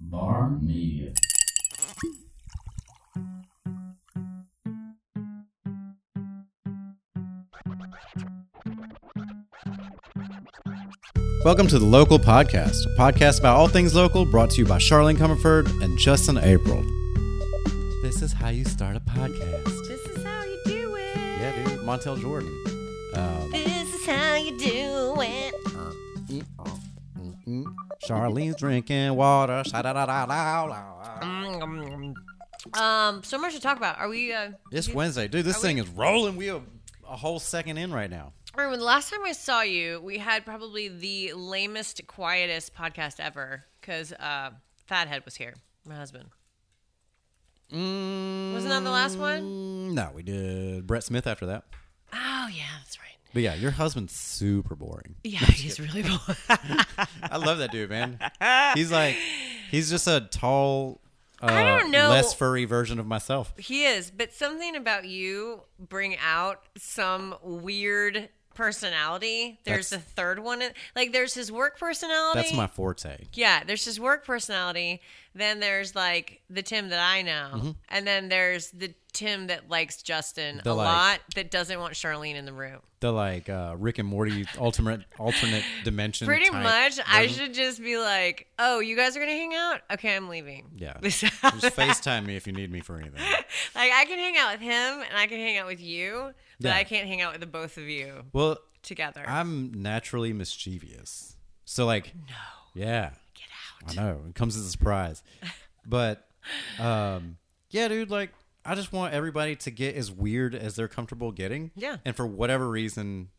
Bar Media. Welcome to The Local Podcast, a podcast about all things local brought to you by Charlene Comerford and Justin April. This is how you start a podcast. This is how you do it. Yeah, dude. Montel Jordan. Um, This is how you do it. Mm-hmm. Charlene's drinking water. Sha-da-da-da-da-da. Um, so much to talk about. Are we? Uh, It's Wednesday. Dude, this thing is rolling. We are a whole second in right now. Erwin, the last time I saw you, we had probably the lamest, quietest podcast ever because uh, Fathead was here, my husband. Wasn't that the last one? Mm, No, we did Brett Smith after that. Oh yeah, that's right. But yeah, your husband's super boring. Yeah, he's really bored. I love that dude, man. He's like, he's just a tall, uh, I don't know. less furry version of myself. he is, but something about you bring out some weird personality. There's That's- a third one, in, like there's his work personality. That's my forte. Yeah, there's his work personality. Then there's like the Tim that I know, Mm-hmm. and then there's the Tim that likes Justin The, a like- lot that doesn't want Charlene in the room. The like uh, Rick and Morty alternate alternate dimension. Pretty type much, I version. should just be like, "Oh, you guys are gonna hang out? Okay, I'm leaving." Yeah. This- Just FaceTime me if you need me for anything. like I can hang out with him and I can hang out with you, but Yeah. I can't hang out with the both of you Well, together. I'm naturally mischievous, so like, no. Yeah. Get out. I know. It comes as a surprise. But um yeah, dude, like I just want everybody to get as weird as they're comfortable getting. Yeah. And for whatever reason,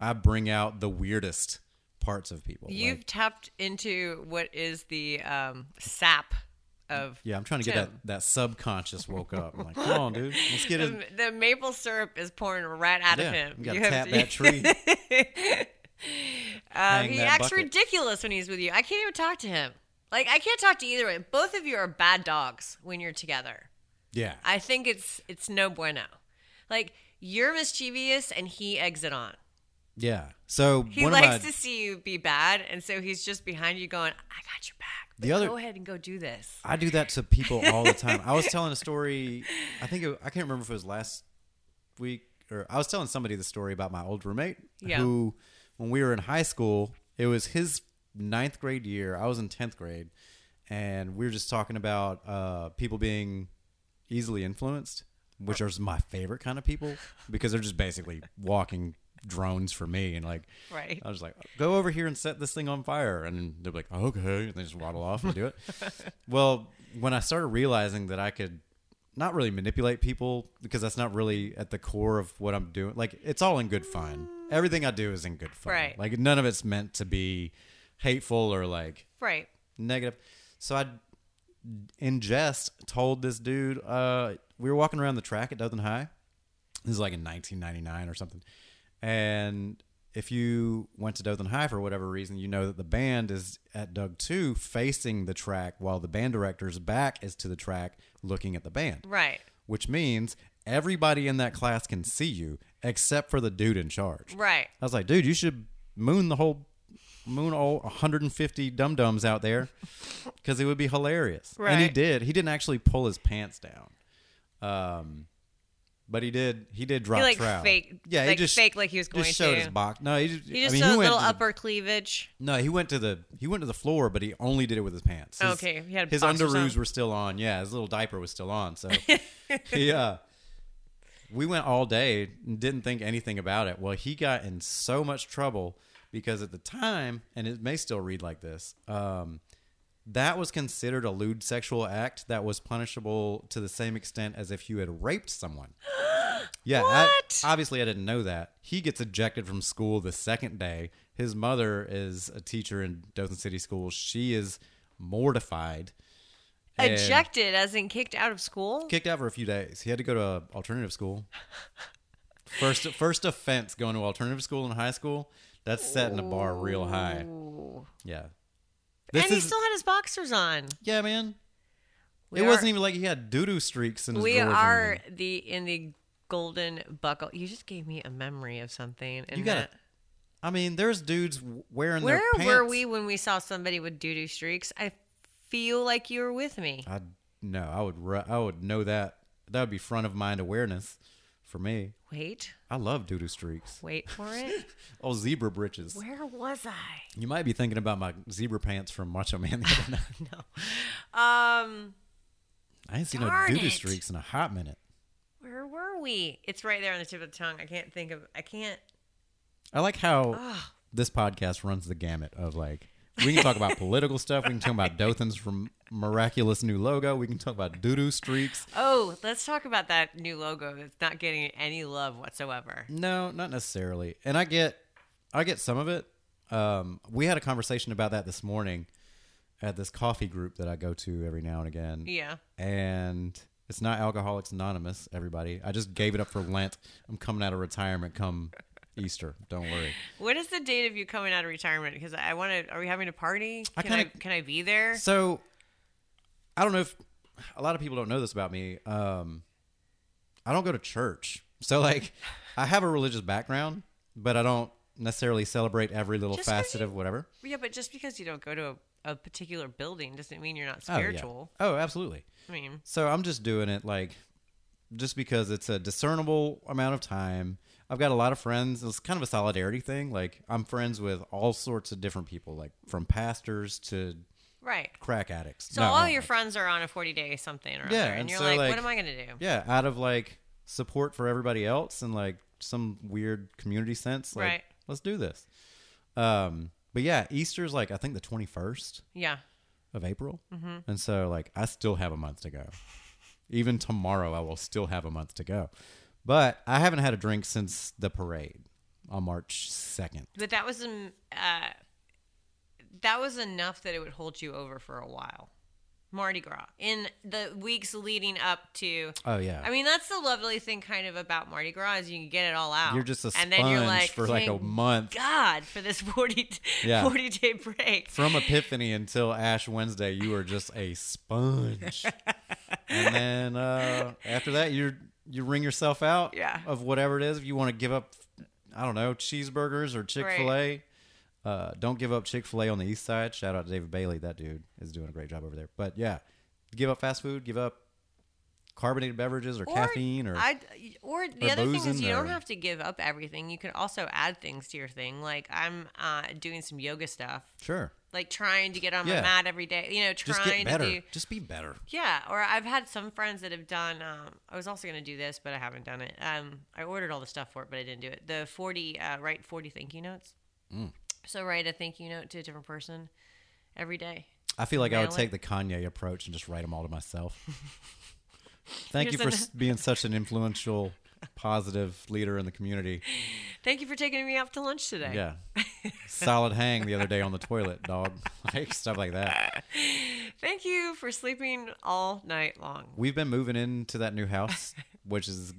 I bring out the weirdest parts of people. You've Like, tapped into what is the um, sap of yeah, I'm trying to get that, Tim. that subconscious woke up. I'm like, come on, dude. Let's get it. the, the maple syrup is pouring right out Yeah, of him. you gotta You have tap to- that tree. Um, Hang he that acts bucket. ridiculous when he's with you. I can't even talk to him. Like I can't talk to either of you. Both of you are bad dogs when you're together. Yeah. I think it's it's no bueno. Like you're mischievous and he eggs it on. Yeah. So He one likes of my, to see you be bad, and so he's just behind you going, "I got your back." The But other- go ahead and go do this. I do that to people all the time. I was telling a story. I think it, I can't remember if it was last week or I was telling somebody the story about my old roommate Yeah. who, when we were in high school, it was his ninth grade year. I was in tenth grade, and we were just talking about uh, people being easily influenced, which are my favorite kind of people because they're just basically walking drones for me and like Right. I was like, go over here and set this thing on fire. And they're like, okay. And they just waddle off and do it. well, when I started realizing that I could not really manipulate people because that's not really at the core of what I'm doing, like, it's all in good fun. Everything I do is in good fun. Right. Like, none of it's meant to be hateful or like Right. negative. So I, in jest, told this dude, uh, we were walking around the track at Dothan High. This is like in 1999 or something. And if you went to Dothan High for whatever reason, you know that the band is at Doug 2 facing the track while the band director's back is to the track looking at the band, Right. which means everybody in that class can see you except for the dude in charge. Right. I was like, dude, you should moon the whole moon all 150 dum dums out there because it would be hilarious. And he Right. did. He didn't actually pull his pants down, um, but he did. He did drop He like trowel. fake. Yeah, like he just fake like he was going just showed to. his box. No, he just. He just I mean, showed he a went little to the- upper cleavage. no, he went to the he went to the floor, but he only did it with his pants. His, Okay, he had his boxers underoos on. were still on. Yeah, his little diaper was still on. So he uh, we went all day, and didn't think anything about it. Well, he got in so much trouble because at the time, and it may still read like this. Um, that was considered a lewd sexual act that was punishable to the same extent as if you had raped someone. Yeah, I- What? obviously I didn't know that. He gets ejected from school the second day. His mother is a teacher in Dothan City Schools. She is mortified. and Ejected, as in kicked out of school. Kicked out for a few days. He had to go to alternative school. First, first offense going to alternative school in high school. That's setting the bar real high. Ooh. Yeah. and he still had his boxers on. Yeah, man. We it are- wasn't even like he had doo doo streaks in his We drawers or are anything. the in the golden buckle. You just gave me a memory of something. And You gotta that- I mean, there's dudes w- wearing Where their pants. were we when we saw somebody with doo doo streaks? I feel like you were with me. I no, I would ru- I would know that. That would be front of mind awareness for me. Wait, I love doo doo streaks. wait for it. Oh, zebra britches. Where was I? You might be thinking about my zebra pants from Macho Man the other night. Um, I ain't seen Darn no doo doo it. streaks in a hot minute. where were we? It's right there on the tip of the tongue. I can't think of. I can't. I like how Ugh. this podcast runs the gamut of like we can talk about political stuff. We can talk about Dothan's from miraculous new logo. We can talk about doo doo streaks. Oh, let's talk about that new logo that's not getting any love whatsoever. No, not necessarily. And I get, I get some of it. Um, we had a conversation about that this morning at this coffee group that I go to every now and again. Yeah. And it's not Alcoholics Anonymous. Everybody, I just gave it up for Lent. I'm coming out of retirement come Easter. Don't worry. What is the date of you coming out of retirement? Because I want to. Are we having a party? Can I I, kinda- can I be there? So, I don't know if a lot of people don't know this about me. Um, I don't go to church. So, like, I have a religious background, but I don't necessarily celebrate every little Just 'cause facet of whatever. yeah, but just because you don't go to a, a particular building doesn't mean you're not Oh, yeah. spiritual. Oh, absolutely. I mean, So I'm just doing it like just because it's a discernible amount of time. I've got a lot of friends. It's kind of a solidarity thing. Like I'm friends with all sorts of different people, like from pastors to right. crack addicts. So No, all no, your no. friends are on a 40 day something or Yeah, other, and, and you're so, like, like- what am I going to do? yeah, out of like support for everybody else and like some weird community sense, like Right. let's do this. Um, but yeah, Easter's like I think the 21st Yeah. of April, and so like I still have a month to go. Even tomorrow, I will still have a month to go. But I haven't had a drink since the parade on March 2nd. But that was um, uh, that was enough that it would hold you over for a while. Mardi Gras in the weeks leading up to. Oh yeah, I mean, that's the lovely thing, kind of about Mardi Gras is you can get it all out. you're just a and sponge then you're like, for like a "Thank month God for this 40, t- Yeah. 40 day break. from Epiphany until Ash Wednesday, you were just a sponge. and then uh, after that, you you wring yourself out Yeah. of whatever it is. If you want to give up, I don't know, cheeseburgers or Chick Fil A. Uh, don't give up Chick Fil A on the East Side. Shout out to David Bailey. That dude is doing a great job over there. But yeah, give up fast food. Give up carbonated beverages or, caffeine or I or the or other thing boozing is you or- don't have to give up everything. You can also add things to your thing. Like I'm uh, doing some yoga stuff, sure. like trying to get on Yeah. my mat every day. You know, Just get trying to better. do Just be better. Yeah, or I've had some friends that have done. Um, I was also going to do this, but I haven't done it. Um, I ordered all the stuff for it, but I didn't do it. The forty uh, write forty thank you notes. Mm. So write a thank you note to a different person every day. I feel like I would Mail it. take the Kanye approach and just write them all to myself. Thank you Here's for an- s being such an influential, positive leader in the community. Thank you for taking me out to lunch today. Yeah. Solid hang the other day on the toilet, dog. Like stuff like that. Thank you for sleeping all night long. We've been moving into that new house, which is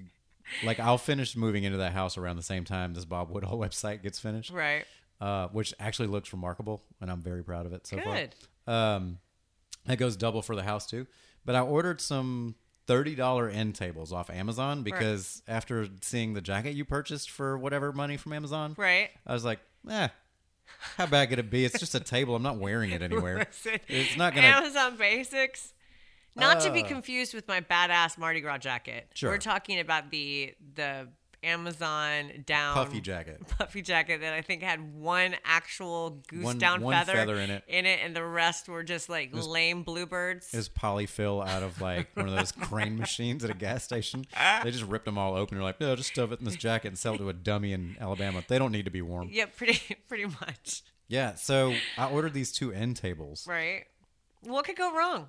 like I'll finish moving into that house around the same time this Bob Woodall website gets finished, Right. uh, which actually looks remarkable, and I'm very proud of it so far. Good. Um, that goes double for the house too. But I ordered some thirty dollar end tables off Amazon because after seeing the jacket you purchased for whatever money from Amazon, Right. I was like, eh, how bad could it be? It's just a table. I'm not wearing it anywhere. Listen, It's not gonna- Amazon Basics. Not to be Uh. confused with my badass Mardi Gras jacket. Sure. We're talking about the the Amazon down Puffy jacket. puffy jacket that I think had one actual goose One- down one feather, feather in it. and the rest were just like lame bluebirds. Is polyfill out of like one of those crane machines at a gas station? They just ripped them all open. They're like, no, just stuff it in this jacket and sell it to a dummy in Alabama. They don't need to be warm. yeah, pretty pretty much. Yeah. So I ordered these two end tables. Right. What could go wrong?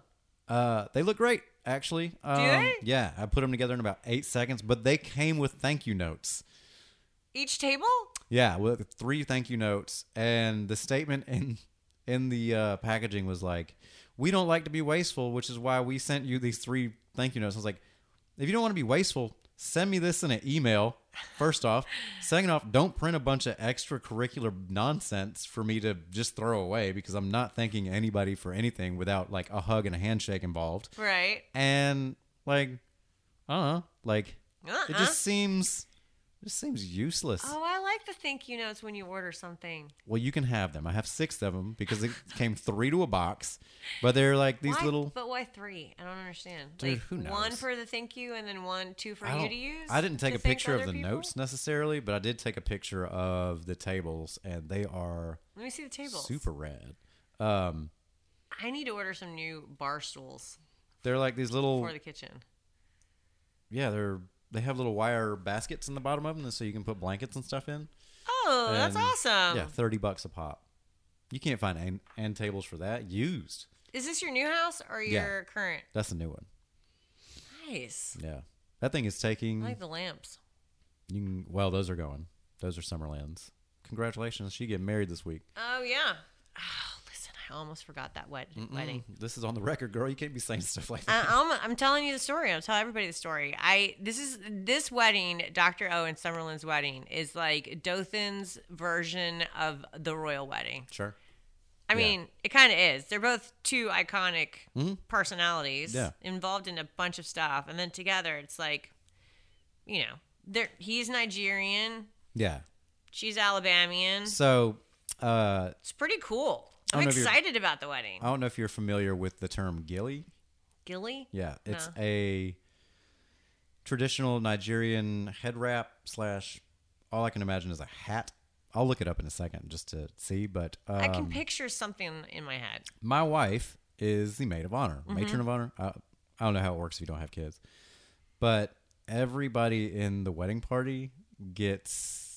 Uh, they look great, actually. Um, they? Yeah, I put them together in about eight seconds, but they came with thank you notes. Each table? Yeah, with three thank you notes, and the statement in in the uh, packaging was like, "We don't like to be wasteful, which is why we sent you these three thank you notes." I was like, "If you don't want to be wasteful, send me this in an email." First off, second off, don't print a bunch of extracurricular nonsense for me to just throw away because I'm not thanking anybody for anything without like a hug and a handshake involved Right. and like I don't know, like it Uh-uh. just seems This seems useless. Oh, I like the thank you notes when you order something. Well, you can have them. I have six of them because it came three to a box, but they're like these Why- little. But why three? I don't understand. Dude, like, who One knows? for the thank you, and then one, two for I, you don't- to use. I didn't take to a thank picture of other the people? notes necessarily, but I did take a picture of the tables, and they are Let me see the table. super rad. Um, I need to order some new bar stools they're like these little. for the kitchen. Yeah, they're they have little wire baskets in the bottom of them, so you can put blankets and stuff in. Oh, that's And- awesome. yeah, thirty bucks a pop. You can't find and, and tables for that used. Is this your new house or Yeah. your current? That's a new one. Nice. Yeah, that thing is I taking. like the lamps. You can, well, those are going. Those are Summerlands. Congratulations, she getting married this week. Oh yeah. Oh, listen, I almost forgot that wed- wedding. Uh, Mm, This is on the record, girl. You can't be saying stuff like that. I, I'm, I'm telling you the story. I'm telling everybody the story. I this is this wedding, Dr. O and Summerlin's wedding, is like Dothan's version of the royal wedding. Sure. I Yeah. mean, it kind of is. They're both two iconic Mhm. personalities Yeah. involved in a bunch of stuff, and then together, it's like, you know, they're he's Nigerian, Yeah. mm-hmm. she's Alabamian. So, uh, It's pretty cool. I don't I'm know if you're- Uh, excited about the wedding. I don't know if you're familiar with the term gilly. Gilly. Yeah, it's No. a traditional Nigerian head wrap slash. All I can imagine is a hat. I'll look it up in a second just to see. But um, I can picture something in my head. my wife is the maid of honor, Mm-hmm. matron of honor. I, I don't know how it works if you don't have kids, but everybody in the wedding party gets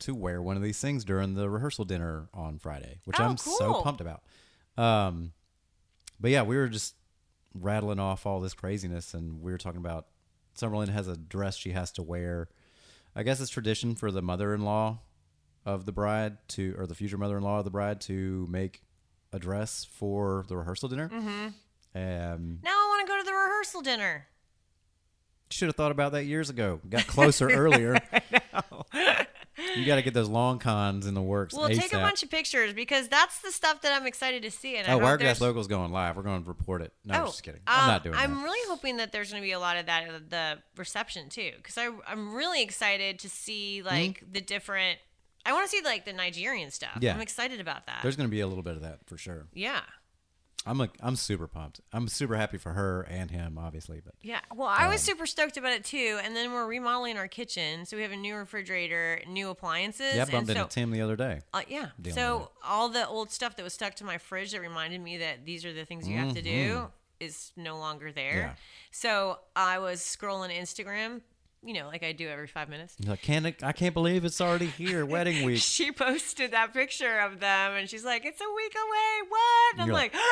to wear one of these things during the rehearsal dinner on Friday, which Oh, I'm so cool. pumped about. Um, but yeah, we were just rattling off all this craziness, and we were talking about Summerlin has a dress she has to wear. I guess it's tradition for the mother-in-law of the bride to, or the future mother-in-law of the bride to make a dress for the rehearsal dinner. Mm-hmm. Um, Now I want to go to the rehearsal dinner. should have thought about that years ago. Got closer earlier. you got to get those long cons in the works. Well, take a ASAP. bunch of pictures because that's the stuff that I'm excited to see. And I Oh, hope Wiregrass there's- Local's going live. We're going to report it. No, I'm Oh, just kidding. I'm um, not doing I'm that. really hoping that there's going to be a lot of that at the reception too, because I I'm really excited to see Hmm? like the different. I want to see like the Nigerian stuff. Yeah. I'm excited about that. There's going to be a little bit of that for sure. yeah, I'm a, I'm super pumped. I'm super happy for her and him, obviously. But yeah. Well, I Um, was super stoked about it too, and then we're remodeling our kitchen, so we have a new refrigerator, new appliances, yeah, I bumped and so into Tim the other day. Uh, yeah. dealing with So all the old stuff that was stuck to my fridge that reminded me that these are the things you have to do is no longer there. Yeah. So I was scrolling Instagram, you know, like I do every five minutes. He's like, can I can't believe it's already here, wedding week. She posted that picture of them and she's like, It's a week away. What? And I'm You're like, like,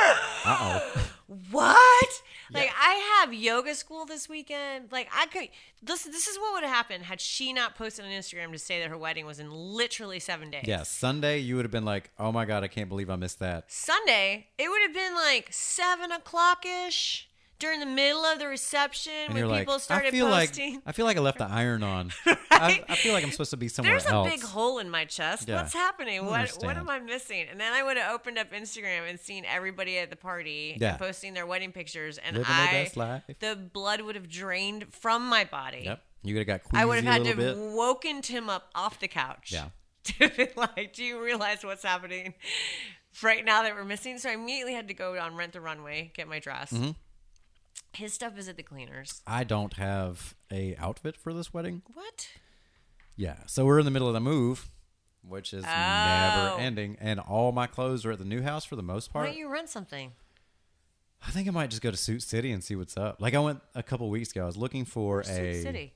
Uh oh. What? Like I have yoga school this weekend. Like I could this this is what would have happened had she not posted on Instagram to say that her wedding was in literally seven days. Yeah, Sunday you would have been like, oh my god, I can't believe I missed that. Sunday, it would have been like seven o'clock ish during the middle of the reception And when you're people like, started I feel posting. like I feel like I left the iron on. I, I feel like I'm supposed to be somewhere There's a else. big hole in my chest. Yeah. What's happening? What what understand. am I missing? And then I would have opened up Instagram and seen everybody at the party Yeah. and posting their wedding pictures, and Living I their best life. the blood would have drained from my body. Yep, you would have got queasy I would have a had to little have bit. woken Tim up off the couch. Yeah. To be like, do you realize what's happening right now that we're missing? So I immediately had to go on Rent the Runway, get my dress. Mm-hmm. His stuff is at the cleaners. I don't have a outfit for this wedding. What? Yeah, so we're in the middle of the move, which is Oh. never ending, and all my clothes are at the new house for the most Why part. don't you rent something? I think I might just go to Suit City and see what's up. Like I went a couple weeks ago. I was looking for a Suit City.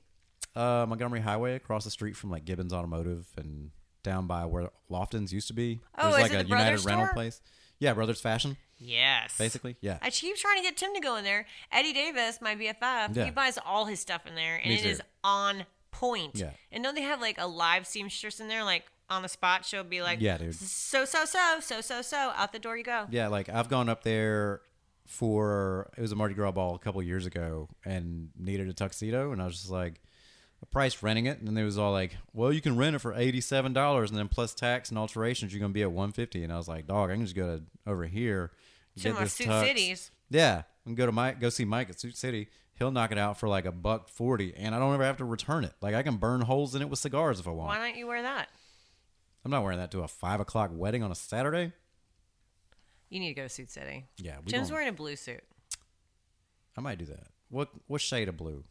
Uh, Montgomery Highway across the street from like Gibbons Automotive and down by where Lofton's used to be. Oh, is like it the United Brothers rental store? place. Yeah, Brothers Fashion, Yes. basically. Yeah. I keep trying to get Tim to go in there. Eddie Davis, my BFF, Yeah. he buys all his stuff in there, and Me it is too. on point. Yeah. And don't they have like a live seamstress in there, like on the spot? She'll be like, Yeah, dude. So so so so so so out the door you go. yeah, like I've gone up there for it was a Mardi Gras ball a couple years ago and needed a tuxedo and I was just like I priced renting it and they was all like, Well, you can rent it for eighty seven dollars and then plus tax and alterations you're gonna be at one fifty and I was like, Dog, I can just go to over here Some get of our this Sioux tux." Cities. Yeah. And go to Mike go see Mike at Suit City. he'll knock it out for like a buck forty, and I don't ever have to return it. Like I can burn holes in it with cigars if I want. Why don't you wear that? I'm not wearing that to a five o'clock wedding on a Saturday. You need to go to Suit City. Yeah, we Jim's gonna- wearing a blue suit. I might do that. What what shade of blue?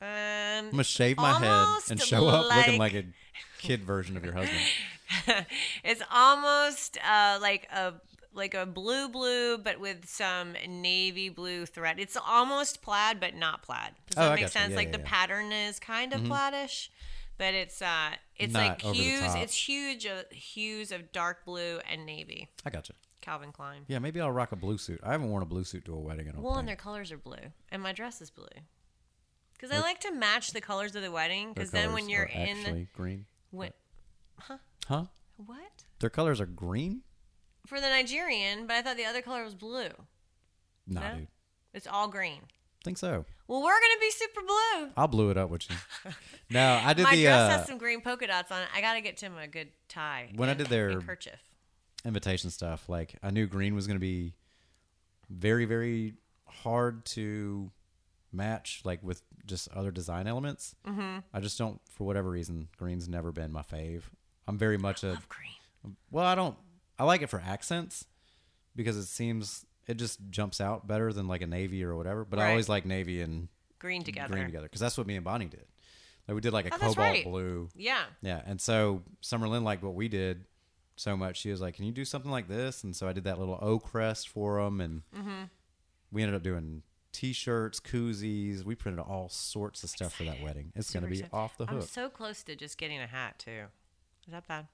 I'm Um, gonna shave my Almost head and show up looking like- like a kid version of your husband. it's almost uh, like a like a blue blue, but with some navy blue thread. It's almost plaid, but not plaid. Does Oh, that I make gotcha. sense? Yeah, like yeah, the yeah. Mm-hmm. pattern is kind of plaid-ish, but it's uh, it's Not like over the hues. top. It's huge uh, hues of dark blue and navy. I gotcha. Calvin Klein. Yeah, maybe I'll rock a blue suit. I haven't worn a blue suit to a wedding in a Well, while. and their colors are blue, and my dress is blue. Because I like to match the colors of the wedding. Because then when you're in, actually green, when, huh? what Their colors are green. for the Nigerian? But I thought the other color was blue. Nah, No? dude. It's all green. Think so. Well, we're gonna be super blue. I'll blue it up with you. no, I did My the dress uh, has some green polka dots on it. I gotta get Tim a good tie. When I and did their- a kerchief, invitation stuff. Like I knew green was going to be very, very hard to match, like with just other design elements. Mm-hmm. I just don't, for whatever reason, green's never been my fave. I'm very much a love green. well, I don't. I like it for accents because it seems it just jumps out better than like a navy or whatever. But I Right. always like navy and Green together. green together because that's what me and Bonnie did. Like we did like a Oh, that's cobalt right. blue. Yeah. Yeah. And so Summer Lynn liked what we did so much. She was like, Can you do something like this? And so I did that little O crest for them. And Mm-hmm. we ended up doing t shirts, koozies. We printed all sorts of stuff for that wedding. It's going to Super be excited. off the I'm hook. so close to just getting a hat too. Is that bad?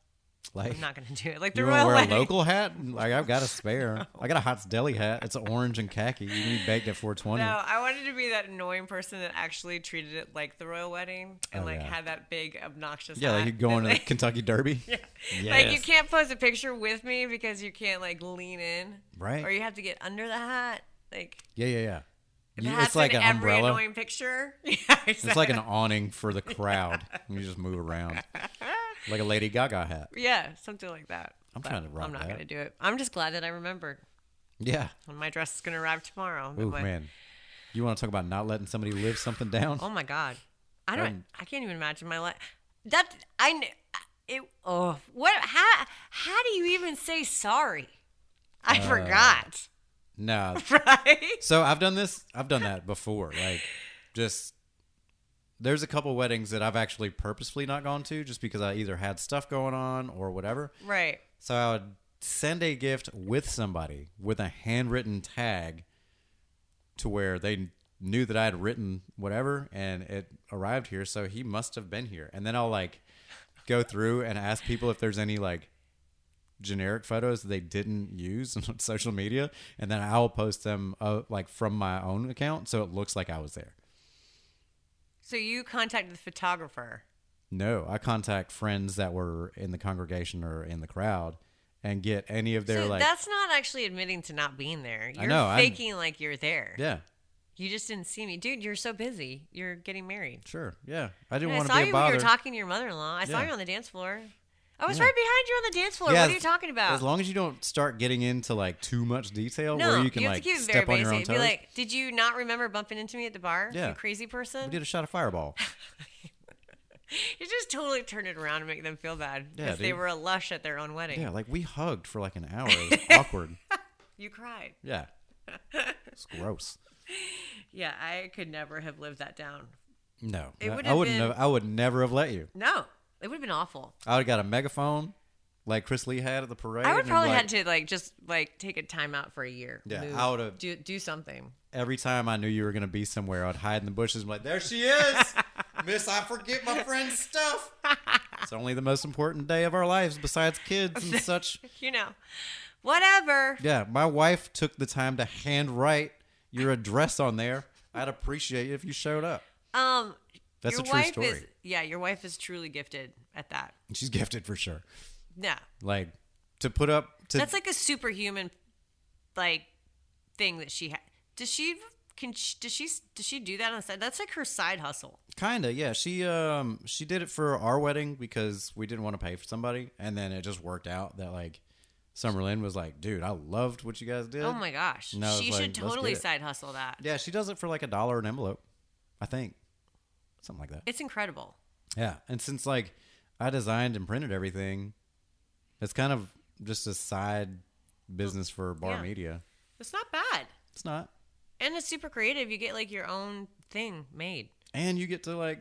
like, I'm not gonna do it. Like the you want to royal wear wedding. a local hat? Like, I've got a spare. I got a Hots Deli hat. It's orange and khaki. You can be baked at 420. No, I wanted to be that annoying person that actually treated it like the royal wedding and Oh, like yeah. had that big obnoxious. Yeah, like hat you're going that, to the Kentucky Derby. Yeah. Like you can't post a picture with me because you can't like lean in, Right. Or you have to get under the hat. Like Yeah, yeah, yeah. You- hats It's like in an every umbrella. annoying picture. Yeah, It's like an exactly. awning for the crowd. you just move around. Like a Lady Gaga hat. yeah, something like that. I'm trying to rock I'm not that. gonna do it. I'm just glad that I remembered. Yeah. And my dress is gonna arrive tomorrow. But Ooh, what- man. You want to talk about not letting somebody live something down? Oh my god, I don't. Um, I can't even imagine my life. That I kn- it. Oh, what? How? How do you even say sorry? Uh, I forgot. No. Right? So I've done this. I've done that before. Like, just there's a couple weddings that I've actually purposefully not gone to just because I either had stuff going on or whatever. Right. So I would send a gift with somebody with a handwritten tag to where they knew that I had written whatever and it arrived here. So he must have been here. And then I'll like go through and ask people if there's any like generic photos that they didn't use on social media. And then I'll post them uh, like from my own account. So it looks like I was there. So you contacted the photographer. No, I contact friends that were in the congregation or in the crowd and get any of their so like, that's not actually admitting to not being there. You're know, I'm- faking like you're there. yeah. You just didn't see me, dude. You're so busy. You're getting married. Sure. Yeah. I And didn't I want to saw be you a when you bother. were talking to your mother-in-law. I saw Yeah. you on the dance floor. I was Yeah. right behind you on the dance floor. Yeah, what as- are you talking about? As long as you don't start getting into like too much detail No, where you can have like to keep it very step on your own basic. toes. Be like, did you not remember bumping into me at the bar? Yeah. You crazy person. we did a shot of fireball. You just totally turn it around and make them feel bad Yeah, because they dude. were a lush at their own wedding. yeah, like we hugged for like an hour. It was awkward. You cried. Yeah. It's gross. Yeah, I could never have lived that down. No. It I- would I have wouldn't been- have I would never have let you. No, it would have been awful. I would have got a megaphone like Chris Lee had at the parade. I would and, probably like, had to like just like take a time out for a year. Yeah, move, I would've- do do something. every time I knew you were gonna be somewhere, I'd hide in the bushes and be like, There she is Miss I forget my friend's stuff. It's only the most important day of our lives besides kids and such. You know, whatever. Yeah, my wife took the time to handwrite your address on there. I'd appreciate it if you showed up. Um, That's your a true wife story. is yeah, your wife is truly gifted at that. She's gifted for sure. Yeah, Like to put up to That's like a superhuman, like thing that she had. Does she can? She, does she does she do that on the side? That's like her side hustle. kinda yeah. She um she did it for our wedding because we didn't want to pay for somebody, and then it just worked out that like Summerlin was like, dude, I loved what you guys did. Oh my gosh. No, it's she like, should let's get totally it. side hustle that. Yeah, she does it for like a dollar an envelope, I think, something like that. It's incredible. Yeah, and since like I designed and printed everything, it's kind of just a side business for Bar Yeah. Media. It's not bad. It's not, And it's super creative. You get like your own thing made. and you get to like.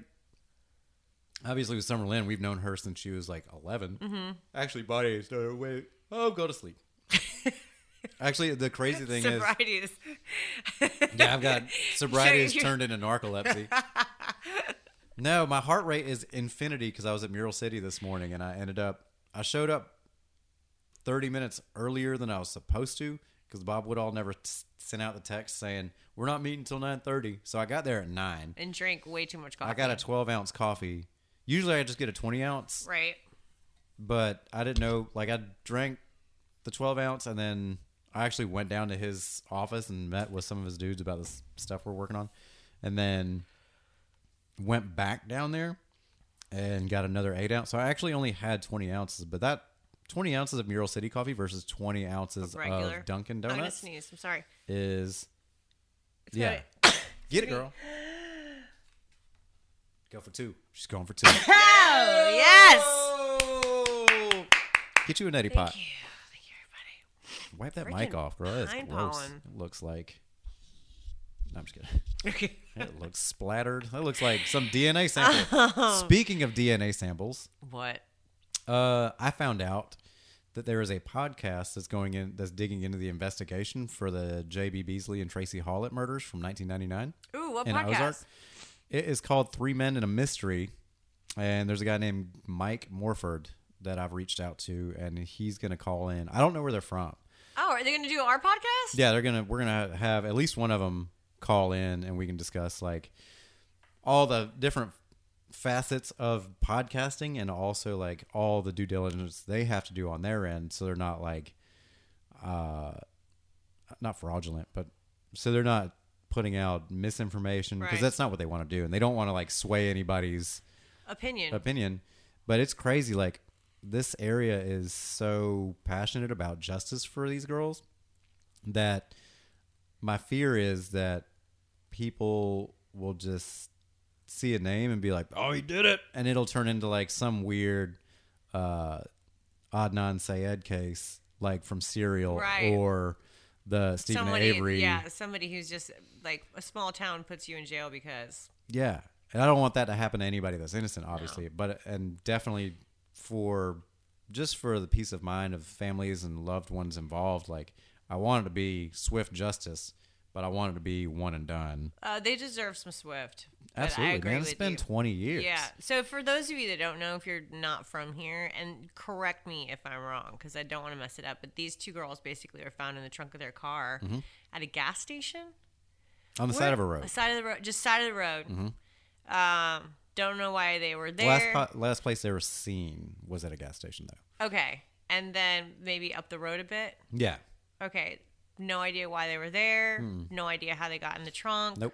Obviously, with Summer Lynn, we've known her since she was like 11. Mm-hmm. Actually, body started wait. Oh, go to sleep. Actually, the crazy thing is, Sobriety is. yeah, I've got sobriety has you're- turned into narcolepsy. no, my heart rate is infinity because I was at Mural City this morning and I ended up I showed up 30 minutes earlier than I was supposed to because Bob Woodall never t- sent out the text saying we're not meeting until 9:30. So I got there at nine. and drink way too much coffee. I got a 12 ounce coffee. Usually I just get a 20 ounce right. but I didn't know. Like I drank the twelve ounce, and then I actually went down to his office and met with some of his dudes about this stuff we're working on, and then went back down there and got another eight ounce. So I actually only had twenty ounces, but that twenty ounces of Mural City coffee versus twenty ounces Regular. of Dunkin' I'm gonna Donuts sneeze. I'm sorry. is It's yeah. gotta- Get it, girl. Go for two. She's going for two. Oh yes. Oh! Get you a nutty pot. Thank you. Thank you, everybody. Wipe that Freaking mic off, bro. That's pine gross. pollen. It looks like. No, I'm just kidding. Okay. It looks splattered. That looks like some DNA sample. Oh. Speaking of DNA samples, What? uh, I found out that there is a podcast that's going in that's digging into the investigation for the J.B. Beasley and Tracy Hallett murders from 1999 Ooh, what in podcast? Ozark. It is called Three Men and a Mystery, and there's a guy named Mike Morford that I've reached out to, and he's going to call in. I don't know where they're from. Oh, are they gonna do our podcast? Yeah, they're gonna we're gonna have at least one of them call in, and we can discuss like all the different facets of podcasting, and also like all the due diligence they have to do on their end, so they're not like uh not fraudulent, but so they're not putting out misinformation because Right. that's not what they want to do, and they don't want to like sway anybody's Opinion. opinion. But it's crazy. Like this area is so passionate about justice for these girls that my fear is that people will just see a name and be like, "Oh, he did it," and it'll turn into like some weird uh, Adnan Sayed case, like from Serial Right. or the Stephen somebody, Avery. yeah, somebody who's just like a small town puts you in jail because Yeah. And I don't want that to happen to anybody that's innocent, obviously, but and definitely for just for the peace of mind of families and loved ones involved. Like I want it to be swift justice, but I want it to be one and done. uh, they deserve some Swift. But Absolutely, I agree man. With It's been you. twenty years. Yeah. So for those of you that don't know, if you're not from here, and correct me if I'm wrong, because I don't want to mess it up, but these two girls basically were found in the trunk of their car at a gas station. On Mm-hmm. the Where- side of a road. Mm-hmm. Side of the road. Just side of the road. Um, don't know why they were there. Last po- last place they were seen was at a gas station though. okay. And then maybe up the road a bit. Yeah. Okay. No idea why they were there. No idea how they got in the trunk. Hmm. Nope.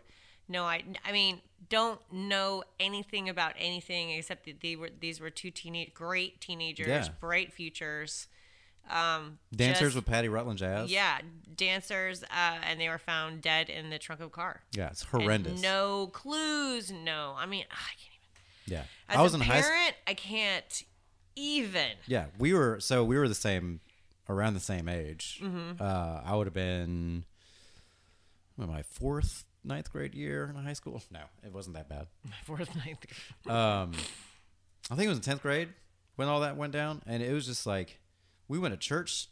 No, I, I mean, don't know anything about anything except that they were these were two teenage, great teenagers, Yeah. bright futures. Um, Dancers just- with Patty Rutledge ass. yeah, dancers, uh, and they were found dead in the trunk of a car. Yeah, it's And horrendous. no clues. No, I mean, I can't even. yeah. As I was a in high parent, school. I can't even. Yeah, we were so we were the same, around the same age. Uh, I would have been what am I, fourth, ninth grade year in high school. No, it wasn't that bad. My fourth, ninth. Um, I think it was in tenth grade when all that went down, and it was just like we went to church.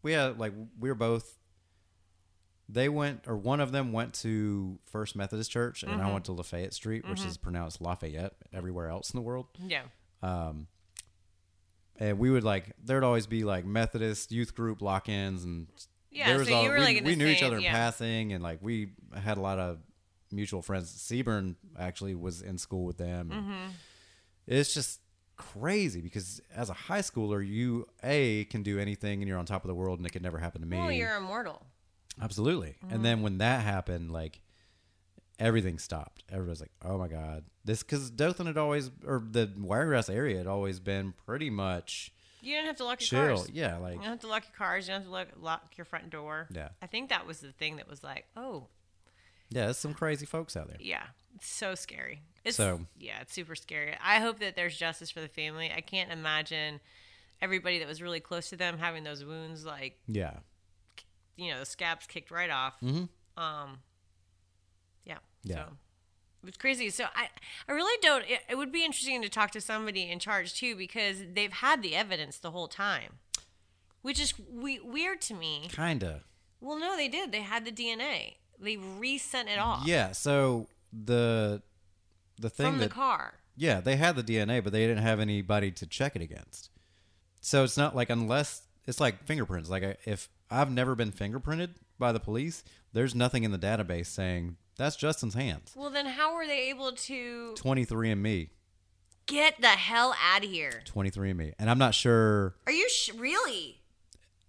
We had like we were both. They went, or one of them went to First Methodist Church, and I went to Lafayette Street, which is pronounced Lafayette everywhere else in the world Yeah. and we would like there'd always be like Methodist youth group lock-ins and Yeah, so you were, we, like, in we the knew each same- other in yeah. passing and like we had a lot of mutual friends. Seaburn actually was in school with them. and Mm-hmm. It's just crazy because as a high schooler, you a can do anything and you're on top of the world and it could never happen to me. Well, you're immortal. Absolutely. And then when that happened, like everything stopped. Everybody's like, "Oh my god, this." Because Dothan had always, or the Wiregrass area had always been pretty much You don't have to lock your chill. cars. Yeah, like You don't have to lock your cars. You don't have to lock, lock your front door. Yeah. I think that was the thing that was like, oh, yeah, there's some crazy folks out there. yeah, it's so scary. It's, So- yeah, it's super scary. I hope that there's justice for the family. I can't imagine everybody that was really close to them having those wounds, like Yeah. you know, the scabs kicked right off. Mhm. Um, yeah, Yeah. So. It's crazy. So I, I really don't. It, it would be interesting to talk to somebody in charge too, because they've had the evidence the whole time, which is we, weird to me. Kinda. Well, no, they did. They had the DNA. They resent it off Yeah, so the the thing Ah. from that the car. yeah, they had the DNA, but they didn't have anybody to check it against. So it's not like unless it's like fingerprints. Like I- if I've never been fingerprinted by the police, there's nothing in the database saying that's Justin's hands. Well, then how were they able to 23andMe, get the hell out of here? 23andMe, and I'm not sure. Are you sh- really?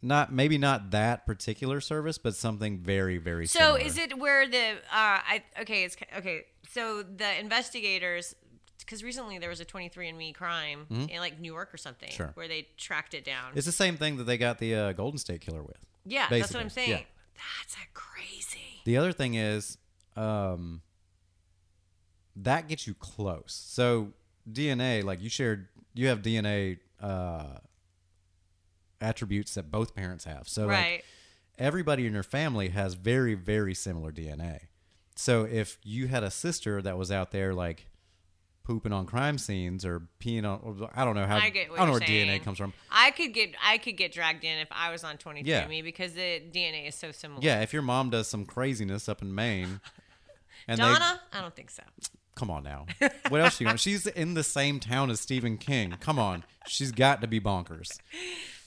Not maybe not that particular service, but something very very. So similar. is it where the uh, I okay? It's okay. So the investigators, because recently there was a 23andMe crime in like New York or something, Mm-hmm. Sure. where they tracked it down. It's the same thing that they got the uh, Golden State Killer with. yeah, that's what I'm basically, yeah. saying. That's a crazy. The other thing is, um, that gets you close. So DNA, like you shared, you have DNA uh, attributes that both parents have. So like, Right. everybody in your family has very, very similar DNA. So if you had a sister that was out there like pooping on crime scenes or peeing on, or I don't know how, I get what don't know you're where saying. DNA comes from. I could get I could get dragged in if I was on 23andMe Yeah. because the DNA is so similar. Yeah, if your mom does some craziness up in Maine, and they- Donna, I don't think so. come on now. What else you want? She's in the same town as Stephen King. Come on. She's got to be bonkers.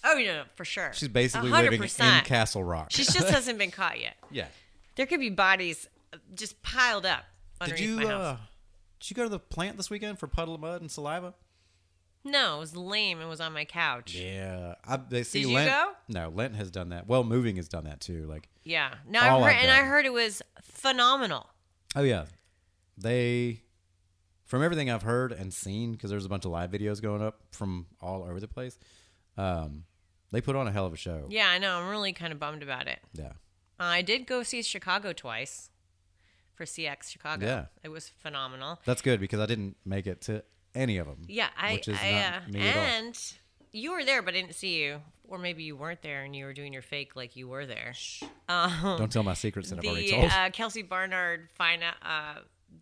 Oh no, no, for sure. She's basically A hundred living in percent. Castle Rock. She just hasn't been caught yet. yeah. There could be bodies just piled up Did underneath you my house. uh did you go to the plant this weekend for puddle of mud and saliva? No, it was lame and was on my couch. Yeah. Yeah. I, they see Did you Lent. go? No, Lent has done that. Well, moving has done that too. Like No, All I I've heard, and I done. heard it was phenomenal. Oh yeah. They from everything I've heard and seen because there's a bunch of live videos going up from all over the place. Um they put on a hell of a show. Yeah, I know. I'm really kind of bummed about it. Yeah. Uh, I did go see Chicago twice for CX Chicago. Yeah. It was phenomenal. That's good because I didn't make it to any of them. Yeah, I, Which is I not uh, me at all. and you were there, but I didn't see you, or maybe you weren't there and you were doing your fake like you were there. Um, Don't tell my secrets that I've already the told. uh, Kelsey Barnard final, uh,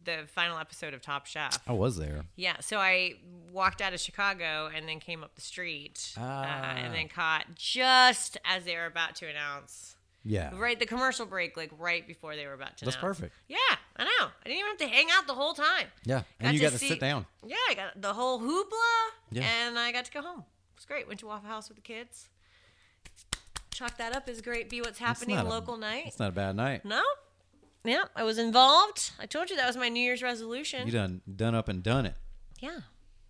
the final episode of Top Chef. I was there. Yeah, so I walked out of Chicago and then came up the street uh, Ah. and then caught just as they were about to announce, Yeah. right, the commercial break, like right before they were about to That's announce. perfect. Yeah, I know. I didn't even have to hang out the whole time. Yeah. And Got you to got to see- sit down. Yeah, I got the whole hoopla Yeah. and I got to go home. It was great. Went to Waffle House with the kids. Chalk that up as great. Be what's happening not a- local night. It's not a bad night. No? Yeah, I was involved. I told you that was my New Year's resolution. You done done up and done it. Yeah.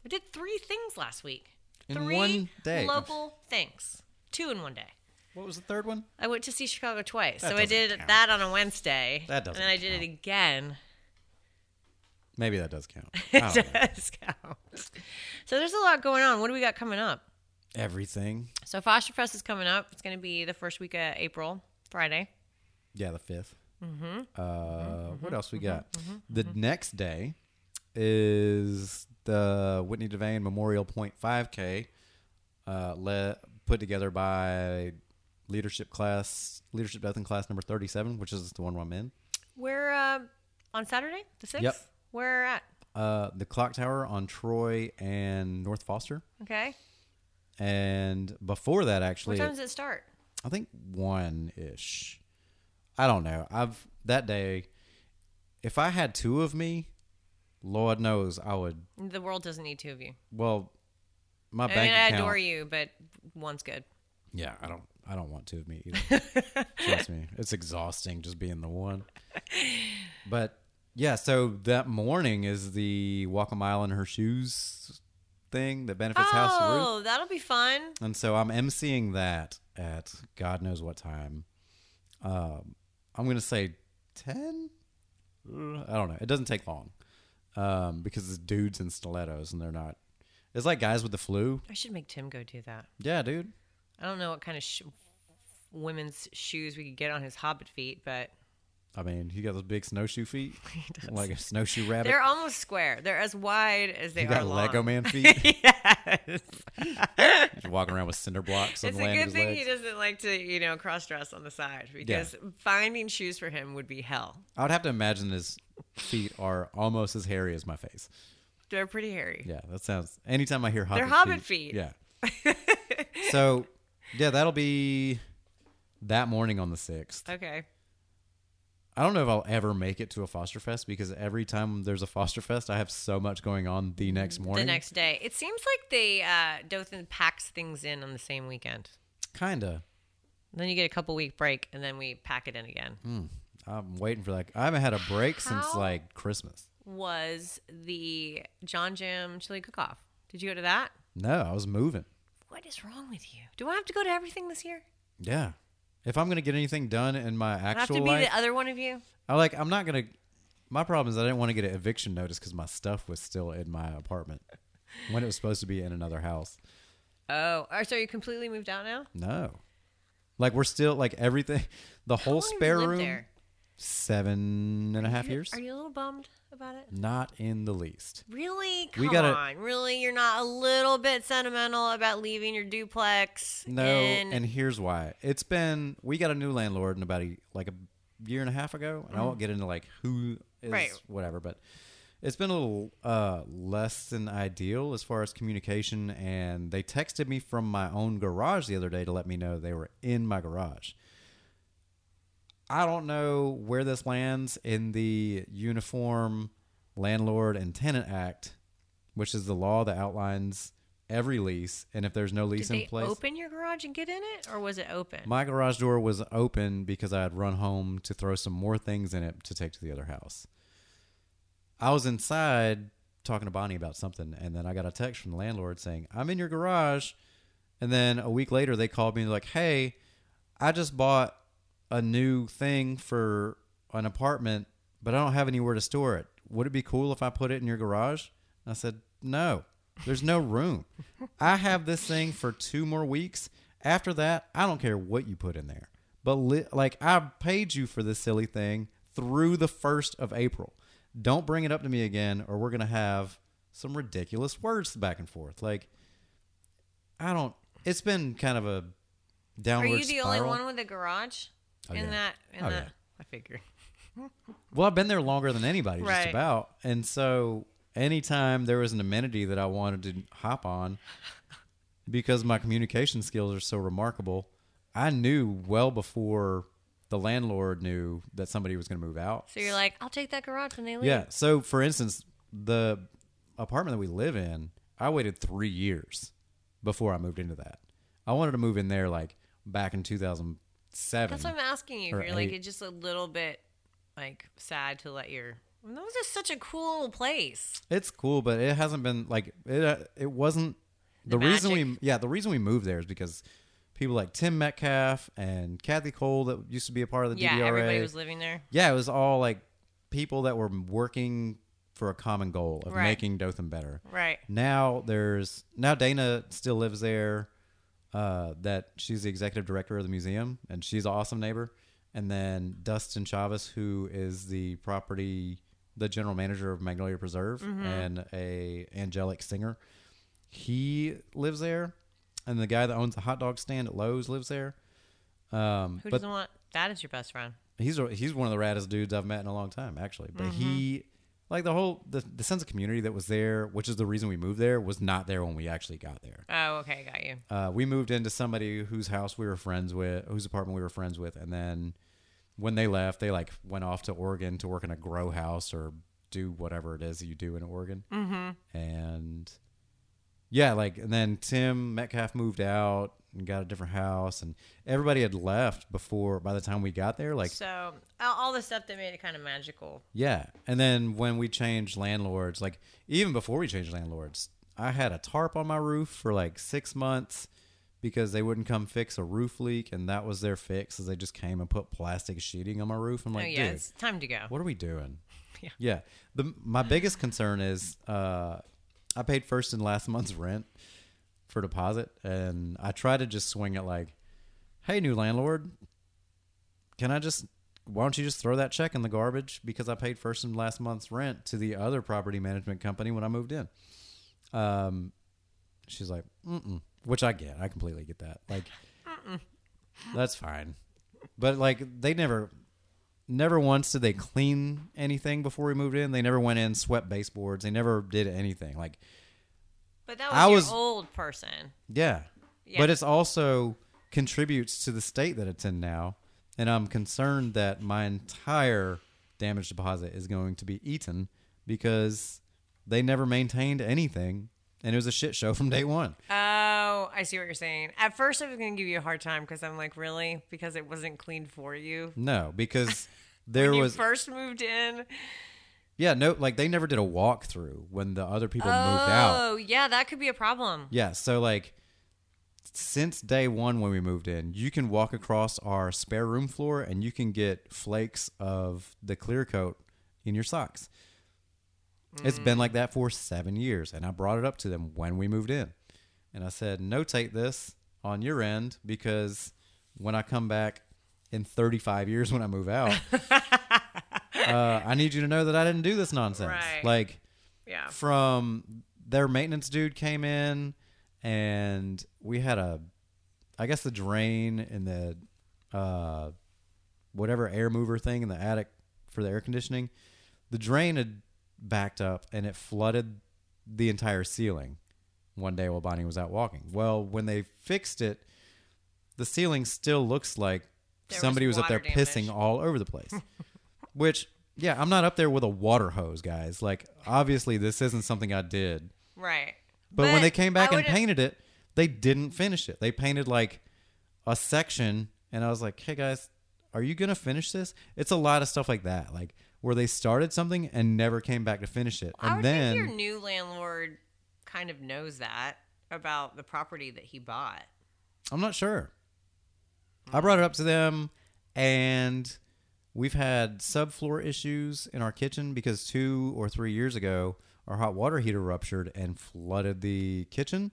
We did three things last week. In three one day. local things. Two in one day. What was the third one? I went to see Chicago twice. That so I doesn't did count. that on a Wednesday. That doesn't And then I did it again. Maybe that does count. I It don't know. does count. So there's a lot going on. What do we got coming up? Everything. So Foster Fest is coming up. It's going to be the first week of April, Friday. Yeah, the 5th Mm-hmm. Uh, what else we got? the next day is the Whitney Devane Memorial Point 5K, uh, le- put together by leadership class, leadership death in class number 37, which is the one I'm in. We're uh, on Saturday, the 6th. Yep. We're at. Uh, the clock tower on Troy and North Foster. Okay. And before that, What actually, time does it start? I think one ish. I don't know. I've that day, if I had two of me, Lord knows I would. The world doesn't need two of you. Well, my I bank mean, I account. adore you, but one's good. Yeah, I don't. I don't want two of me either. Trust me, it's exhausting just being the one. But yeah, so that morning is the walk a mile in her shoes thing that benefits House of Ruth. oh, that'll be fun. And so I'm emceeing that at God knows what time. Um, I'm going to say 10? Uh, I don't know. It doesn't take long um, because it's dudes in stilettos and they're not. It's like guys with the flu. I should make Tim go do that. Yeah, dude. I don't know what kind of sh- women's shoes we could get on his hobbit feet, but I mean, he got those big snowshoe feet, he does. like a snowshoe rabbit. they're almost square. They're as wide as they you are got long. Lego man feet. yes. He's walking around with cinder blocks on It's the a land of good his thing legs. he doesn't like to, you know, cross dress on the side because finding shoes for him would be hell. I would have to imagine his feet are almost as hairy as my face. They're pretty hairy. Yeah, that sounds. Anytime I hear hobbit, They're hobbit feet. Yeah. so, yeah, that'll be that morning on the sixth. Okay. I don't know if I'll ever make it to a Foster Fest because every time there's a Foster Fest, I have so much going on the next morning. Mm, The next day. It seems like they uh, Dothan packs things in on the same weekend. Kinda. Then you get a couple week break and then we pack it in again. I'm waiting for like I haven't had a break since How- like Christmas. Was the John Jam chili cook off? Did you go to that? No, I was moving. What is wrong with you? Do I have to go to everything this year? Yeah. If I'm gonna get anything done in my I have to actual be life, the other one of you? I like I'm not gonna. My problem is I didn't want to get an eviction notice because my stuff was still in my apartment when it was supposed to be in another house. Oh, or so you completely moved out now? No, like we're still like everything. The How whole long have you spare lived room, there? seven and a half You- years. Are you a little bummed about it? Not in the least. Really? Come We gotta- on. Really? You're not a little bit sentimental about leaving your duplex? No, and, and, here's why. It's been we got a new landlord in about a, like a year and a half ago, and I won't get into like who is Mm-hmm. Right. whatever, but it's been a little uh, less than ideal as far as communication. And they texted me from my own garage the other day to let me know they were in my garage. I don't know where this lands in the Uniform Landlord and Tenant Act, which is the law that outlines every lease, and if there's no did lease in they place, open your garage and get in it, or was it open? my garage door was open because I had run home to throw some more things in it to take to the other house. I was inside talking to Bonnie about something, and then I got a text from the landlord saying, I'm in your garage. And then a week later, they called me and like, hey, I just bought a new thing for an apartment, but I don't have anywhere to store it. Would it be cool if I put it in your garage? And I said, no, there's no room. I have this thing for two more weeks. After that, I don't care what you put in there. But li- like, I paid you for this silly thing through the 1st of April. Don't bring it up to me again, or we're going to have some ridiculous words back and forth. Like, I don't, it's been kind of a Are downward you the only spiral. one with a garage Oh, in yeah. that? In Oh, that? yeah. I figured. Well, I've been there longer than anybody, just Right. about. And so anytime there was an amenity that I wanted to hop on, because my communication skills are so remarkable, I knew well before the landlord knew that somebody was going to move out. So you're like, I'll take that garage when they leave. Yeah. So, for instance, the apartment that we live in, I waited three years before I moved into that. I wanted to move in there like back in 2007. That's what I'm asking you. Or If you're like, eight. it's just a little bit like sad to let your. That was just such a cool place. It's cool, but it hasn't been like it. Uh, it wasn't the, The reason we. Yeah, the reason we moved there is because people like Tim Metcalf and Kathy Cole that used to be a part of the Yeah, DDRA. everybody was living there. yeah, it was all like people that were working for a common goal of Right. making Dothan better. Right. Now there's now Dana still lives there. Uh, that she's the executive director of the museum, and she's an awesome neighbor. And then Dustin Chavez, who is the property, the general manager of Magnolia Preserve and a angelic singer, he lives there. And the guy that owns the hot dog stand at Lowe's lives there. Um, Who but doesn't want that as your best friend? he's a- he's one of the raddest dudes I've met in a long time, actually. But he, like the whole the, the sense of community that was there, which is the reason we moved there, was not there when we actually got there. Oh, okay, got you. Uh, we moved into somebody whose house we were friends with, whose apartment we were friends with, and then when they left, they like went off to Oregon to work in a grow house or do whatever it is that you do in Oregon. Mm-hmm. And yeah, like and then Tim Metcalf moved out and got a different house, and everybody had left before by the time we got there. Like So all all the stuff that made it kind of magical. yeah. And then when we changed landlords, like even before we changed landlords, I had a tarp on my roof for like six months because they wouldn't come fix a roof leak. And that was their fix is they just came and put plastic sheeting on my roof. I'm like, oh yeah, dude, it's time to go. what are we doing? Yeah. Yeah. The, my biggest concern is uh, I paid first and last month's rent for deposit, and I try to just swing it like, "Hey, new landlord, can I just? Why don't you just throw that check in the garbage because I paid first and last month's rent to the other property management company when I moved in." Um, she's like, "Mm," which I get. I completely get that. Like, that's fine, but like they never. Never once did they clean anything before we moved in. They never went in, swept baseboards. They never did anything. Like But that was I your was- old person. yeah. Yeah. But it's also contributes to the state that it's in now. And I'm concerned that my entire damage deposit is going to be eaten because they never maintained anything. And it was a shit show from day one. Oh, I see what you're saying. At first, I was going to give you a hard time because I'm like, really? Because it wasn't clean for you. No, because there when was, you first moved in. yeah, no, like they never did a walkthrough when the other people moved out. Oh, yeah, that could be a problem. Yeah. So, like, since day one when we moved in, you can walk across our spare room floor and you can get flakes of the clear coat in your socks. It's been like that for seven years. And I brought it up to them when we moved in. And I said, notate this on your end because when I come back in 35 years when I move out, uh, I need you to know that I didn't do this nonsense. Right. Like, Yeah. from their maintenance dude came in and we had a i guess the drain and the uh whatever air mover thing in the attic for the air conditioning the drain had backed up and it flooded the entire ceiling one day while bonnie was out walking well when they fixed it the ceiling still looks like There was somebody was, up there water damage. pissing all over the place which yeah i'm not up there with a water hose guys like obviously this isn't something i did Right. but, when they came back and I would've- painted it they didn't finish it they painted like a section and i was like hey guys are you gonna finish this it's a lot of stuff like that like where they started something and never came back to finish it I and would then think your new landlord kind of knows that about the property that he bought. I'm not sure. I brought it up to them, and we've had subfloor issues in our kitchen because two or three years ago, our hot water heater ruptured and flooded the kitchen.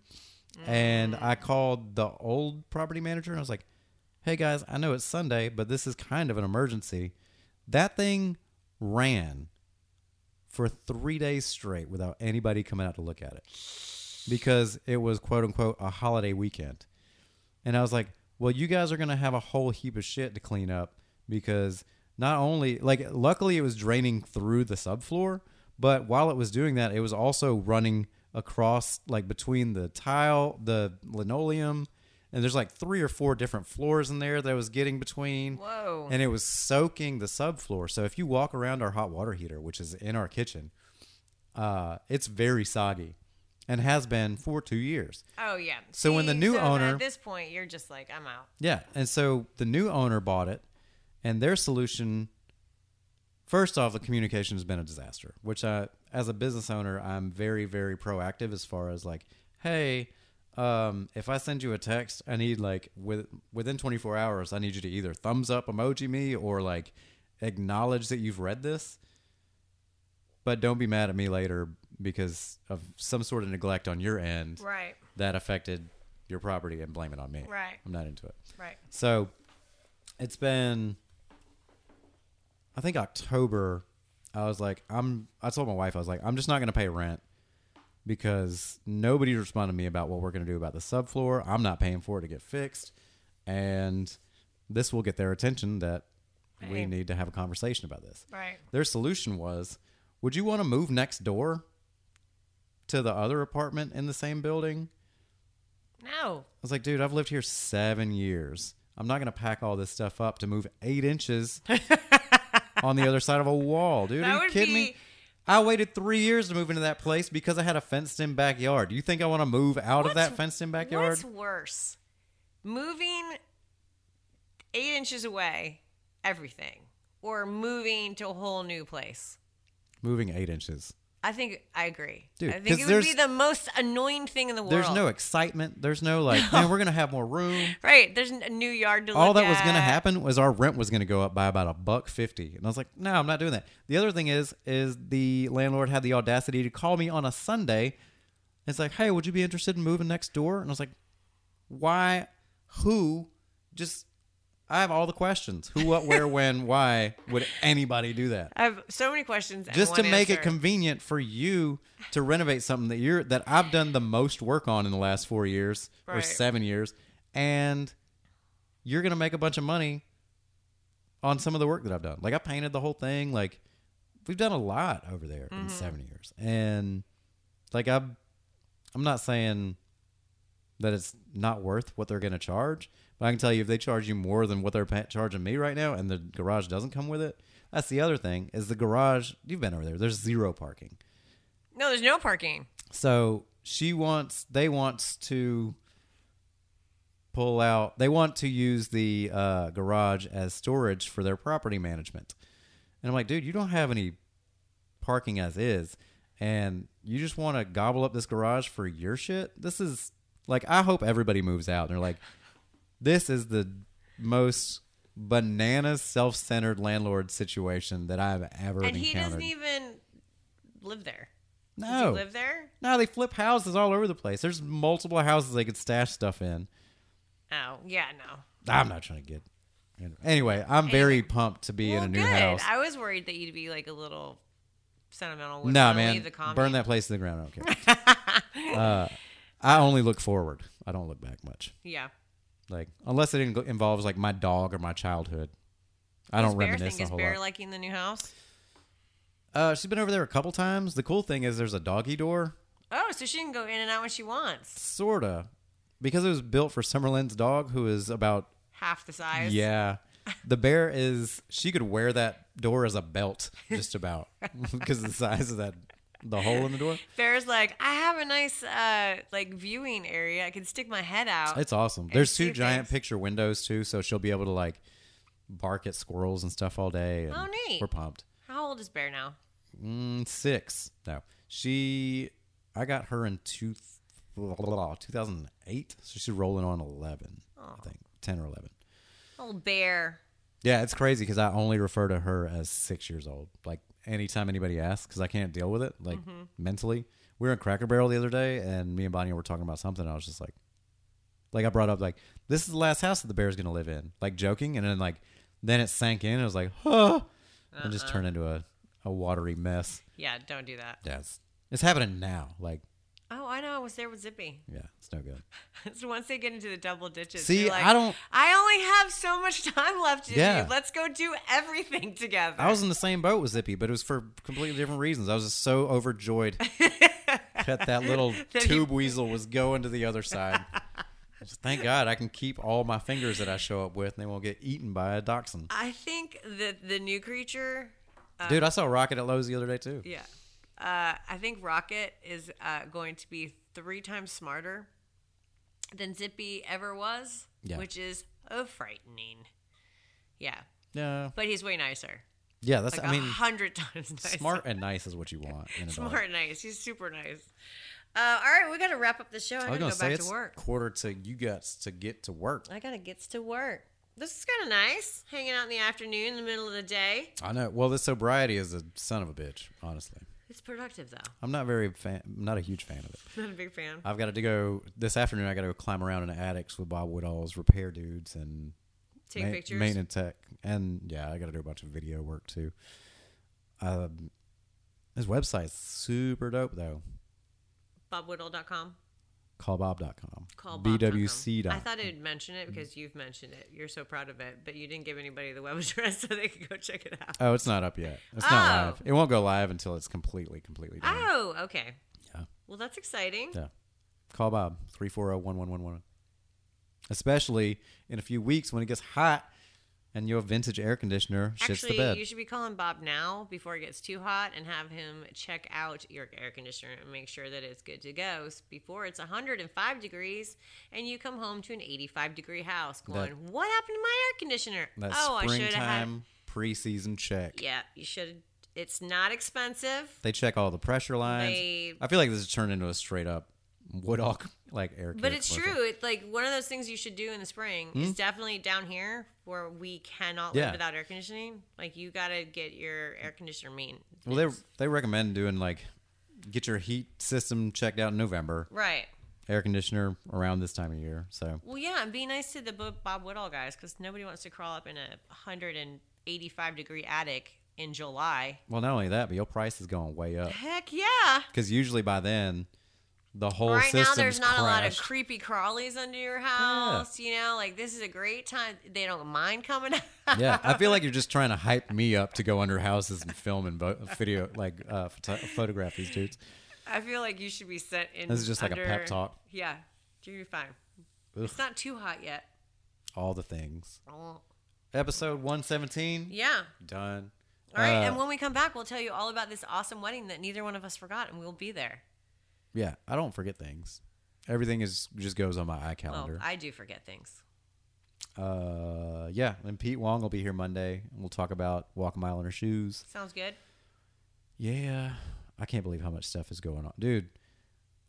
And I called the old property manager and I was like, hey guys, I know it's Sunday, but this is kind of an emergency. That thing ran for three days straight without anybody coming out to look at it because it was quote unquote a holiday weekend. And I was like, well, you guys are going to have a whole heap of shit to clean up because not only, like, luckily it was draining through the subfloor, but while it was doing that, it was also running across, like, between the tile, the linoleum, and there's like three or four different floors in there that it was getting between. Whoa. And it was soaking the subfloor. So if you walk around our hot water heater, which is in our kitchen, uh, it's very soggy and has been for two years. Oh, yeah. So when the new owner- At this point, you're just like, I'm out. Yeah. And so the new owner bought it, and their solution first off, the communication has been a disaster, which I, as a business owner, I'm very, very proactive as far as like, hey, um, if I send you a text, I need like with, within 24 hours, I need you to either thumbs up emoji me or like acknowledge that you've read this. But don't be mad at me later because of some sort of neglect on your end Right. that affected your property and blame it on me. Right. I'm not into it. Right. So it's been I think October I was like I'm I told my wife I was like I'm just not going to pay rent because nobody's responded to me about what we're going to do about the subfloor. I'm not paying for it to get fixed and this will get their attention that we Right. need to have a conversation about this. Right. Their solution was, would you want to move next door to the other apartment in the same building? No. I was like, dude, I've lived here seven years. I'm not gonna pack all this stuff up to move eight inches on the other side of a wall, dude. That Are you would kidding me? be- I waited three years to move into that place because I had a fenced-in backyard. Do you think I want to move out of that What's- fenced-in backyard? What's worse? Moving eight inches away, everything, or moving to a whole new place? Moving eight inches. I think I agree. Dude, I 'cause think it would be there's- the most annoying thing in the world. There's no excitement. The's no like, man, we're gonna have more room. right. There's n- a new yard to all look that was going to at. happen was our rent was going to go up by about a buck 50 and i was like no i'm not doing that the other thing is is the landlord had the audacity to call me on a sunday It's like, hey, would you be interested in moving next door? And I was like, why? Who? Just, I have all the questions. Who, what, where, when, why would anybody do that? I have so many questions. And Just to one make it answer. convenient for you to renovate something that you're that I've done the most work on in the last four years or Right. seven years, and you're gonna make a bunch of money on some of the work that I've done. Like I painted the whole thing. Like we've done a lot over there in Mm-hmm. seven years, and like I'm, I'm not saying that it's not worth what they're going to charge, but I can tell you if they charge you more than what they're pa- charging me right now, and the garage doesn't come with it. That's the other thing is the garage. You've been over there. There's zero parking. no, there's no parking. So she wants, they wants to pull out, they want to use the uh, garage as storage for their property management. And I'm like, dude, you don't have any parking as is. And you just want to gobble up this garage for your shit? This is like, I hope everybody moves out. And they're like, this is the most bananas, self centered landlord situation that I've ever And encountered. he doesn't even live there. Does he no. live there? No, they flip houses all over the place. There's multiple houses they could stash stuff in. Oh, yeah, no. I'm not trying to get. Anyway, I'm very pumped to be in well, a new good. house. I was worried that you'd be like a little sentimental. No, would nah, wanna man, leave the commune. burn that place to the ground. I don't care. uh, I only look forward. I don't look back much. Yeah. Like unless it in- involves like my dog or my childhood. I don't Does Bear reminisce think a is whole Bear lot. liking the new house? Uh, she's been over there a couple times. The cool thing is there's a doggy door, Oh, so she can go in and out when she wants. sorta, because it was built for Summerlin's dog, who is about Half the size. Yeah. The bear is she could wear that door as a belt just about because of the size of that the hole in the door. Bear's like, I have a nice uh like viewing area. I can stick my head out. It's awesome. There's two two giant things. picture windows too, so she'll be able to like bark at squirrels and stuff all day. and Oh, neat. We're pumped. How old is Bear now? Mm, six. No, she. I got her in two, 2008, so she's rolling on 11. I think 10 or 11. Old Bear. Yeah, it's crazy because I only refer to her as six years old. Like anytime anybody asks, because I can't deal with it. Like Mm-hmm. mentally, we were in Cracker Barrel the other day, and me and Bonnie were talking about something. And I was just like, like I brought up like this is the last house that the bear's gonna live in, like joking, and then like then it sank in. And I was like, huh, and just turned Uh-huh. into a a watery mess. Yeah, don't do that. Yeah, it's, it's happening now. Like, Oh, I know. I was there with Zippy. yeah, it's no good. so once they get into the double ditches, See, you're like, I don't- I only have so much time left to Yeah. do. Let's go do everything together. I was in the same boat with Zippy, but it was for completely different reasons. I was just so overjoyed that that little That he- tube weasel was going to the other side. Just Thank God I can keep all my fingers that I show up with, and they won't get eaten by a dachshund. I think that the new creature, Uh, Dude, I saw Rocket at Lowe's the other day too. yeah, uh, I think Rocket is uh, going to be three times smarter than Zippy ever was, Yeah. which is oh frightening. Yeah, Yeah, but he's way nicer. yeah. That's Like I a mean, hundred times nicer. smart and nice is what you want. In a dog. Smart, nice. He's super nice. Uh, all right, we got to wrap up the show. I, I was gotta gonna go say back it's to work. quarter to you guts to get to work. I gotta get to work. This is kind of nice, hanging out in the afternoon, in the middle of the day. I know. Well, this sobriety is a son of a bitch. Honestly, It's productive though. I'm not very fan. I'm not a huge fan of it. Not a big fan. I've got to go this afternoon. I got to go climb around in attics with Bob Woodall's repair dudes and Take ma- pictures. maintenance tech, and yeah, I got to do a bunch of video work too. Um, his website's super dope though. BobWhittle.com. Callbob.com. Call Bob. BWC. I thought I would mention it because you've mentioned it. You're so proud of it, but you didn't give anybody the web address so they could go check it out. oh, it's not up yet. It's Oh. not live. It won't go live until it's completely, completely done. Oh, okay. Yeah. Well, that's exciting. Yeah. Call Bob 340-1111. Especially in a few weeks when it gets hot and your vintage air conditioner shits Actually, the bed. you should be calling Bob now before it gets too hot and have him check out your air conditioner and make sure that it's good to go s- before it's 105 degrees and you come home to an 85 degree house going, What happened to my air conditioner? That oh, I should have had. springtime preseason check. Yeah, you should. It's not expensive. They check all the pressure lines. They- I feel like this has turned into a straight up Woodall like air. But care it's commercial. true. It's like one of those things you should do in the spring is definitely down here where we cannot live Hmm? Yeah. without air Mm. conditioning. Like you got to get your air conditioner mean. Well, they they recommend doing like get your heat system checked out in November. Right. Air conditioner around this time of year. So Well, yeah, and be nice to the Bo- Bob Woodall guys because nobody wants to crawl up in a 185 degree attic in July. well, not only that, but your price is going way up Heck yeah. because usually by then the whole right now, system's there's not a lot of crashed. creepy crawlies under your house. You know, like this is a great time. They don't mind coming out. yeah, I feel like you're just trying to hype me up to go under houses and film and vo- video, like uh, photo- photograph these dudes. I feel like you should be sent in. This is just like a pep under- talk. Yeah, you're fine. It's not too hot yet. All the things. Episode 117 Yeah. done. All right. Uh, and when we come back, we'll tell you all about this awesome wedding that neither one of us forgot, and we'll be there. yeah, I don't forget things. Everything is just goes on my Well, iCalendar. I do forget things. uh, yeah, and Pete Wong will be here Monday, and we'll talk about walk a mile in her shoes. Sounds good. Yeah, I can't believe how much stuff is going on, dude.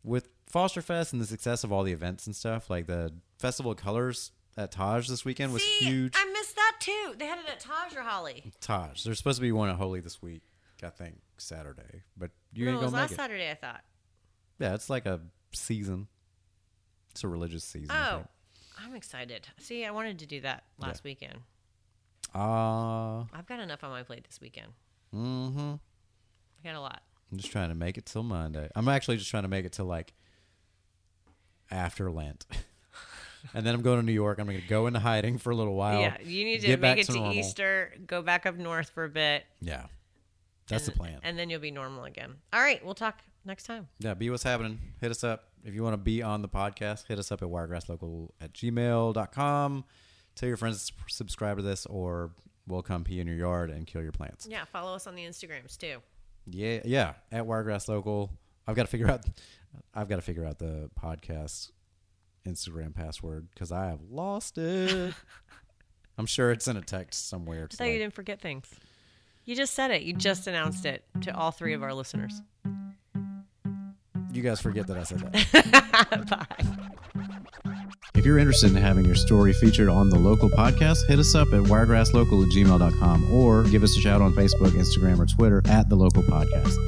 With Foster Fest and the success of all the events and stuff, like the Festival of Colors at Taj this weekend was See, huge. I missed that too. They had it at Taj or Holly. Taj. There's supposed to be one at Holy this week, I think, Saturday. But you no, ain't it was gonna last make it. Saturday. I thought. Yeah, it's like a season. It's a religious season. I Oh, think. I'm excited. See, I wanted to do that last weekend. Ah, I've got enough on my plate this weekend. mm-hmm. I got a lot. I'm just trying to make it till Monday. I'm actually just trying to make it till like after Lent. and then I'm going to New York. I'm going to go into hiding for a little while. yeah, you need to get back make it to normal. Easter. Go back up north for a bit. Yeah. That's the plan. and then you'll be normal again. All right, we'll talk next time. Yeah, be what's happening. Hit us up. If you want to be on the podcast, hit us up at wiregrasslocal at gmail.com. Tell your friends to subscribe to this or we'll come pee in your yard and kill your plants. Yeah, follow us on the Instagrams too. Yeah, yeah. At Wiregrass Local. I've got to figure out I've got to figure out the podcast Instagram password because I have lost it. I'm sure it's in a text somewhere. I It's thought you like- didn't forget things. You just said it. You just announced it to all three of our listeners. you guys forget that I said that. Bye. If you're interested in having your story featured on the local podcast, hit us up at wiregrasslocal at gmail.com or give us a shout on Facebook, Instagram, or Twitter at the local podcast.